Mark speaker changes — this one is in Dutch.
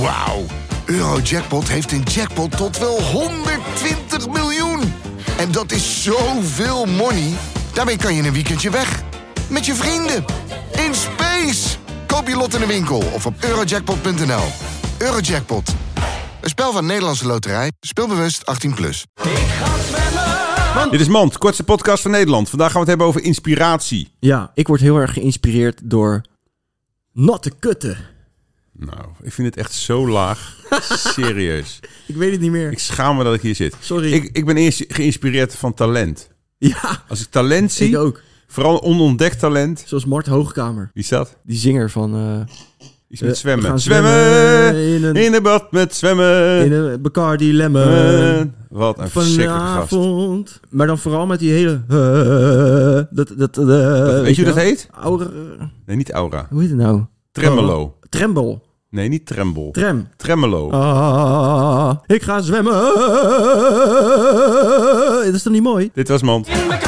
Speaker 1: Wauw. Eurojackpot heeft een jackpot tot wel 120 miljoen. En dat is zoveel money. Daarmee kan je in een weekendje weg. Met je vrienden. In space. Koop je lot in de winkel of op eurojackpot.nl. Eurojackpot. Een spel van Nederlandse Loterij. Speelbewust 18+. Plus.
Speaker 2: Dit is Mand, kortste podcast van Nederland. Vandaag gaan we het hebben over inspiratie.
Speaker 3: Ja, ik word heel erg geïnspireerd door natte kutten.
Speaker 2: Nou, ik vind het echt zo laag. Serieus.
Speaker 3: Ik weet het niet meer.
Speaker 2: Ik schaam me dat ik hier zit.
Speaker 3: Sorry.
Speaker 2: Ik, ik ben eerst geïnspireerd van talent.
Speaker 3: ja,
Speaker 2: Als ik talent zie,
Speaker 3: ik ook.
Speaker 2: vooral onontdekt talent.
Speaker 3: Zoals Mart Hoogkamer,
Speaker 2: Wie is dat?
Speaker 3: die zinger van... eh,
Speaker 2: Iets
Speaker 3: Eh,
Speaker 2: met
Speaker 3: we
Speaker 2: zwemmen.
Speaker 3: gaan
Speaker 2: Zwemmen!
Speaker 3: zwemmen
Speaker 2: in,
Speaker 3: in
Speaker 2: een...
Speaker 3: een-
Speaker 2: bad met zwemmen.
Speaker 3: in een Bacardi Lemon.
Speaker 2: Eh, Wat een verschrikkelijke gast.
Speaker 3: Vanavond. Maar dan vooral met die hele... eh, dat, dat, eh,
Speaker 2: Weet je hoe dat
Speaker 3: wel?
Speaker 2: heet?
Speaker 3: Oude- eh,
Speaker 2: Nee, niet Aura.
Speaker 3: hoe heet het nou?
Speaker 2: Tremolo.
Speaker 3: Trembel.
Speaker 2: Nee, niet Tremble.
Speaker 3: Trem.
Speaker 2: Tremolo.
Speaker 3: Ah, ik ga zwemmen. Dat is toch niet mooi?
Speaker 2: Dit was Mand.
Speaker 4: In de